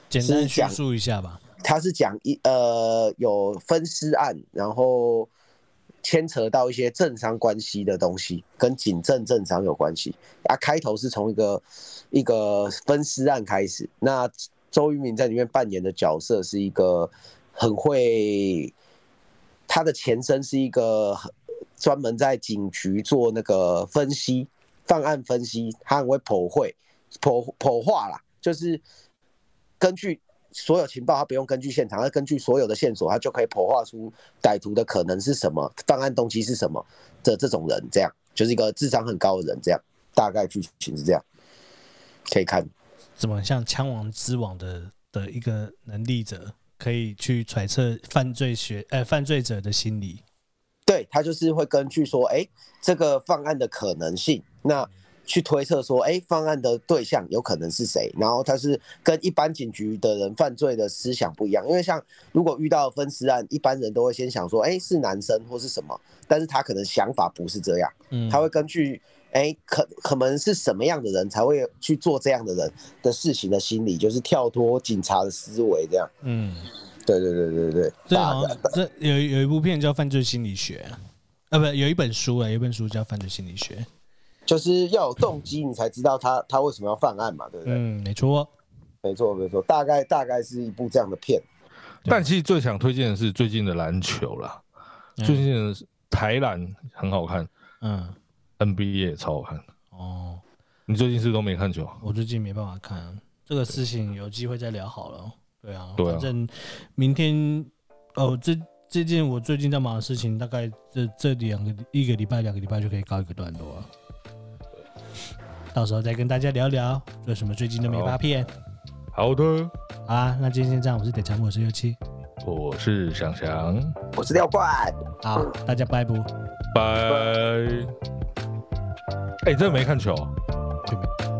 简单
是
叙
讲
述一下吧。
他是讲一呃有分尸案，然后牵扯到一些政商关系的东西，跟警政政商有关系。啊，开头是从一个一个分尸案开始，那周渝民在里面扮演的角色是一个很会，他的前身是一个很专门在警局做那个分析。犯案分析，他很会剖绘，剖剖化啦，就是根据所有情报，他不用根据现场，他根据所有的线索，他就可以剖化出歹徒的可能是什么，犯案动机是什么的这种人，这样就是一个智商很高的人，这样大概剧情是这样，可以看。
怎么像枪王之王的的一个能力者，可以去揣测犯罪学呃犯罪者的心理。
对他就是会根据说，哎、这个犯案的可能性，那去推测说，哎、犯案的对象有可能是谁，然后他是跟一般警局的人犯罪的思想不一样，因为像如果遇到分尸案，一般人都会先想说，哎、是男生或是什么，但是他可能想法不是这样，
嗯，
他会根据。哎，可可能是什么样的人才会去做这样的人的事情的心理，就是跳脱警察的思维这样。
嗯，
对对对对对，
这
大
好像这有有一部片叫《犯罪心理学》，啊，不，有一本书啊，有一本书叫《犯罪心理学》。
就是要有动机，你才知道他他为什么要犯案嘛，对不对？
嗯，没错。
没错，没错，大概大概是一部这样的片。
但其实最想推荐的是最近的篮球啦，
嗯
最近的台篮很好看
嗯，
，NBA 也超好看。
哦，
你最近是不是都没看球？
我最近没办法看这个事情，有机会再聊好了。对啊，
对啊
反正明天哦，这这件我最近在忙的事情，大概这这两个一个礼拜、两个礼拜就可以告一个段落了。到时候再跟大家聊聊有什么最近的美发片
好的，
好啊。那今天先这样，我是点强，我是六七，
我是想想，
我是廖冠，
好，大家拜不？
拜。哎、真的没看球啊、
对没？